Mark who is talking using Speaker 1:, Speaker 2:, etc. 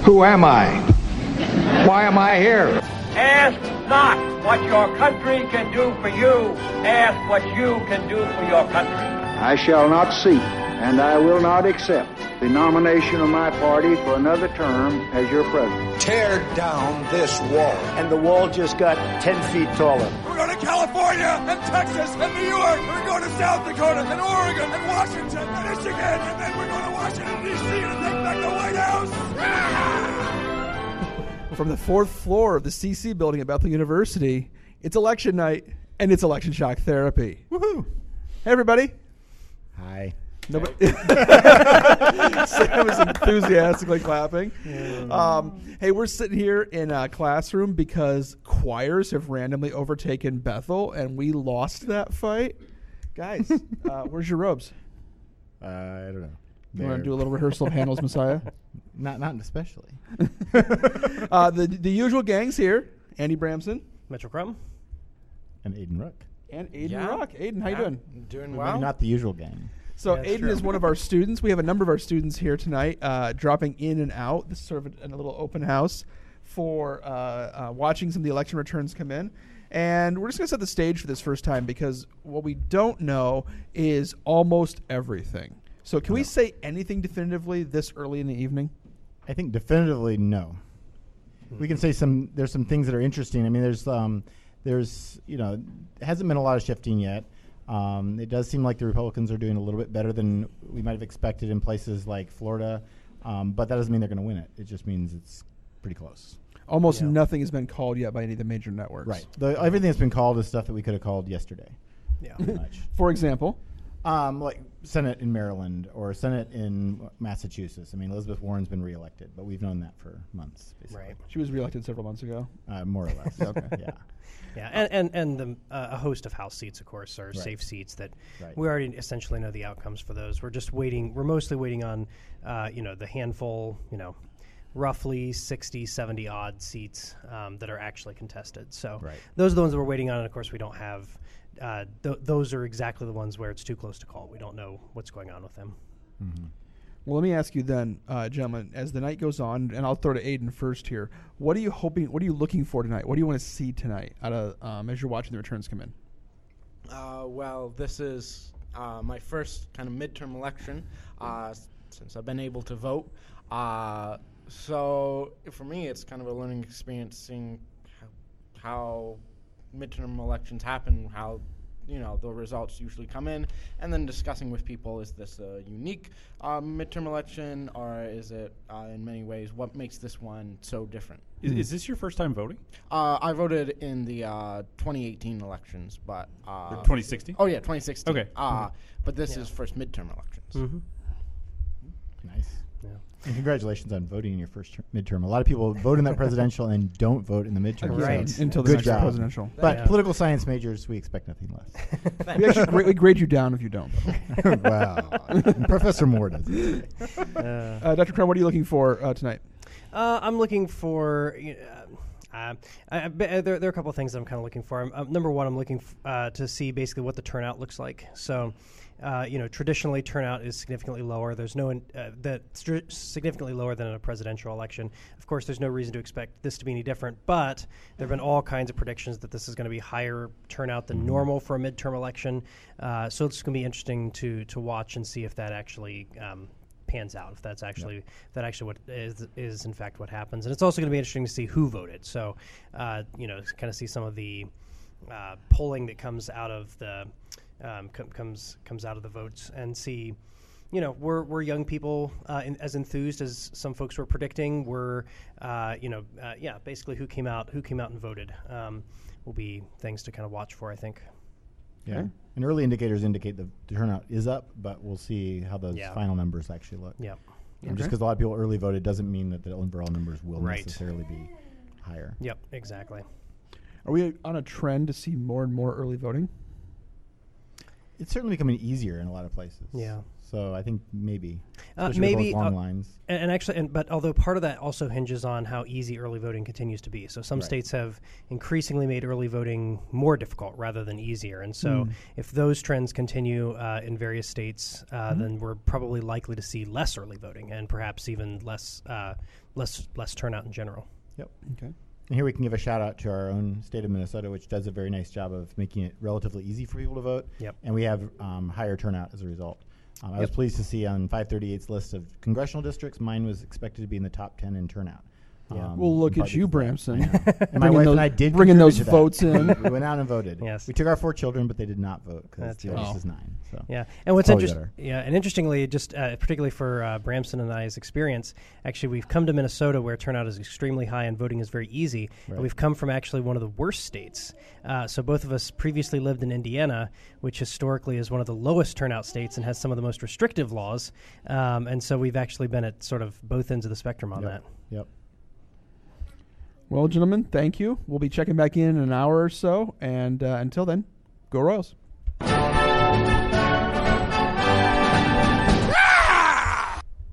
Speaker 1: Who am I? Why am I here?
Speaker 2: Ask not what your country can do for you. Ask what you can do for your country.
Speaker 3: I shall not seek and I will not accept the nomination of my party for another term as your president.
Speaker 4: tear down this wall.
Speaker 5: and the wall just got 10 feet taller.
Speaker 6: We're going to California and Texas and New York. We're going to South Dakota and Oregon and Washington and Michigan. And then we're going to Washington, D.C. to take back the White House.
Speaker 7: From the fourth floor of the CC building at Bethel University, it's election night and it's election shock therapy. Woohoo! Hey, everybody.
Speaker 5: Hi.
Speaker 7: Nobody. Sam is enthusiastically clapping. Um, hey, we're sitting here in a classroom because choirs have randomly overtaken Bethel, and we lost that fight. Guys, uh, where's your robes?
Speaker 5: Uh, I don't know.
Speaker 7: You want to do a little rehearsal of Handel's Messiah?
Speaker 5: Not, not especially.
Speaker 7: Uh, the the usual gangs here: Andy Bramson
Speaker 8: Metro Crumb.
Speaker 5: And Aiden Rook.
Speaker 7: and Aiden
Speaker 8: Yeah.
Speaker 7: Rock. Aiden, how you
Speaker 8: Yeah.
Speaker 7: doing?
Speaker 8: Doing
Speaker 5: Maybe not the usual gang.
Speaker 7: So
Speaker 8: Yeah, that's
Speaker 7: Aiden
Speaker 8: true.
Speaker 7: is one of our students. We have a number of our students here tonight, uh, dropping in and out. This is sort of a, a little open house for uh, uh, watching some of the election returns come in. And we're just going to set the stage for this first time because what we don't know is almost everything. So can we say anything definitively this early in the evening?
Speaker 5: I think definitively no.
Speaker 7: Hmm.
Speaker 5: We can say some. There's some things that are interesting. I mean, there's um, there's you know, hasn't been a lot of shifting yet. Um, it does seem like the Republicans are doing a little bit better than we might have expected in places like Florida, um, but that doesn't mean they're going to win it. It just means it's pretty close.
Speaker 7: Almost nothing has been called yet by any of the major networks.
Speaker 5: Right. The, everything that's been called is stuff that we could have called yesterday.
Speaker 8: Yeah.
Speaker 5: Pretty much.
Speaker 7: For example,
Speaker 5: Um, like Senate in Maryland or Senate in Massachusetts. I mean, Elizabeth Warren's been reelected, but we've known that for months, basically.
Speaker 8: Right.
Speaker 7: she was reelected several months ago.
Speaker 5: Uh, more or less. okay. Yeah.
Speaker 8: Yeah, and and, and the, uh, a host of house seats, of course, are safe seats that
Speaker 5: Right.
Speaker 8: we already essentially know the outcomes for those. We're just waiting. We're mostly waiting on, uh, you know, the handful, you know, roughly 60, 70 odd seats um, that are actually contested. So
Speaker 5: Right.
Speaker 8: those are the ones that we're waiting on, and of course, we don't have. Uh, th- those are exactly the ones where it's too close to call. We don't know what's going on with them.
Speaker 7: Well, let me ask you then, uh, gentlemen, as the night goes on, and I'll throw to Aiden first here. What are you hoping? What are you looking for tonight? What do you want to see tonight out of um, as you're watching the returns come in?
Speaker 9: Uh, well, this is uh, my first kind of midterm election uh, s- since I've been able to vote. Uh, so for me, it's kind of a learning experience seeing how, how midterm elections happen, how you know the results usually come in, and then discussing with people: is this a unique uh, midterm election, or is it uh, in many ways what makes this one so different?
Speaker 10: Is, is this your first time voting?
Speaker 9: Uh, I voted in the uh, 2018 elections, but uh,
Speaker 10: Or 2016?
Speaker 9: Oh yeah, 2016.
Speaker 10: Okay.
Speaker 9: Uh, but this is first midterm elections.
Speaker 5: Nice.
Speaker 8: Yeah.
Speaker 5: And congratulations on voting in your first ter- midterm. A lot of people vote in that presidential and don't vote in the midterm.
Speaker 8: Right.
Speaker 5: so
Speaker 7: Until the
Speaker 5: Good
Speaker 7: next
Speaker 5: job.
Speaker 7: presidential.
Speaker 5: But
Speaker 8: Yeah.
Speaker 5: political science majors, we expect nothing less.
Speaker 7: we actually gra- we grade you down if you don't.
Speaker 5: wow. Professor Moore does. it.
Speaker 7: Uh, Dr. Crown, what are you looking for uh, tonight?
Speaker 8: Uh, I'm looking for. you know, Uh, I, I, be- uh, there, there are a couple of things I'm kind of looking for. I'm, um, number one, I'm looking f- uh, to see basically what the turnout looks like. So, uh, you know, traditionally turnout is significantly lower. There's no in, uh, that stri- significantly lower than in a presidential election. Of course, there's no reason to expect this to be any different. But there have been all kinds of predictions that this is going to be higher turnout than normal for a midterm election. Uh, so it's going to be interesting to to watch and see if that actually. Um, pans out if that's actually if that actually what is is in fact what happens and it's also going to be interesting to see who voted so uh, you know kind of see some of the uh, polling that comes out of the um, com- comes comes out of the votes and see you know we're, we're young people uh, in, as enthused as some folks were predicting we're uh, you know uh, yeah basically who came out who came out and voted um, will be things to kind of watch for I think
Speaker 5: Yeah. And early indicators indicate the turnout is up, but we'll see how those
Speaker 8: Yeah.
Speaker 5: final numbers actually look.
Speaker 8: yeah
Speaker 5: Um, Just because a lot of people early voted doesn't mean that the overall numbers will
Speaker 8: Right.
Speaker 5: necessarily be higher.
Speaker 8: yep exactly
Speaker 7: Are we on a trend to see more and more early voting?
Speaker 5: It's certainly becoming easier in a lot of places.
Speaker 8: Yeah.
Speaker 5: So I think maybe.
Speaker 8: Uh,
Speaker 5: Especially with
Speaker 8: maybe
Speaker 5: those long
Speaker 8: uh,
Speaker 5: lines.
Speaker 8: And, and actually, and, but although part of that also hinges on how easy early voting continues to be. So some states have increasingly made early voting more difficult rather than easier. And so if those trends continue uh, in various states, uh, then we're probably likely to see less early voting and perhaps even less uh, less less turnout in general.
Speaker 5: Yep.
Speaker 7: Okay.
Speaker 5: And here we can give a shout out to our own state of Minnesota, which does a very nice job of making it relatively easy for people to vote.
Speaker 8: Yep.
Speaker 5: And we have um, higher turnout as a result. Um, I was pleased to see on 538's list of congressional districts, mine was expected to be in the top 10 in turnout. Um,
Speaker 7: Well, look
Speaker 5: in
Speaker 7: at
Speaker 5: part
Speaker 7: you,
Speaker 5: because-
Speaker 7: Bramson.
Speaker 5: And my
Speaker 7: Bringing
Speaker 5: wife
Speaker 7: those-
Speaker 5: and I did
Speaker 7: bringing
Speaker 5: contribute
Speaker 7: those
Speaker 5: to that.
Speaker 7: votes in.
Speaker 5: we went out and voted.
Speaker 8: Yes.
Speaker 5: We took our four children, but they did not vote because
Speaker 8: That's
Speaker 5: the
Speaker 8: right.
Speaker 5: oldest
Speaker 7: Oh.
Speaker 5: is nine. So
Speaker 8: Yeah, and what's
Speaker 5: Probably
Speaker 8: interesting,
Speaker 5: better.
Speaker 8: yeah, and interestingly, just uh, particularly for uh, Bramson and I's experience, actually, we've come to Minnesota where turnout is extremely high and voting is very easy. And we've come from actually one of the worst states. Uh, so both of us previously lived in Indiana, which historically is one of the lowest turnout states and has some of the most restrictive laws. Um, and so we've actually been at sort of both ends of the spectrum on that.
Speaker 5: Yep.
Speaker 7: Well, gentlemen, thank you. We'll be checking back in in an hour or so. And uh, until then, go Royals.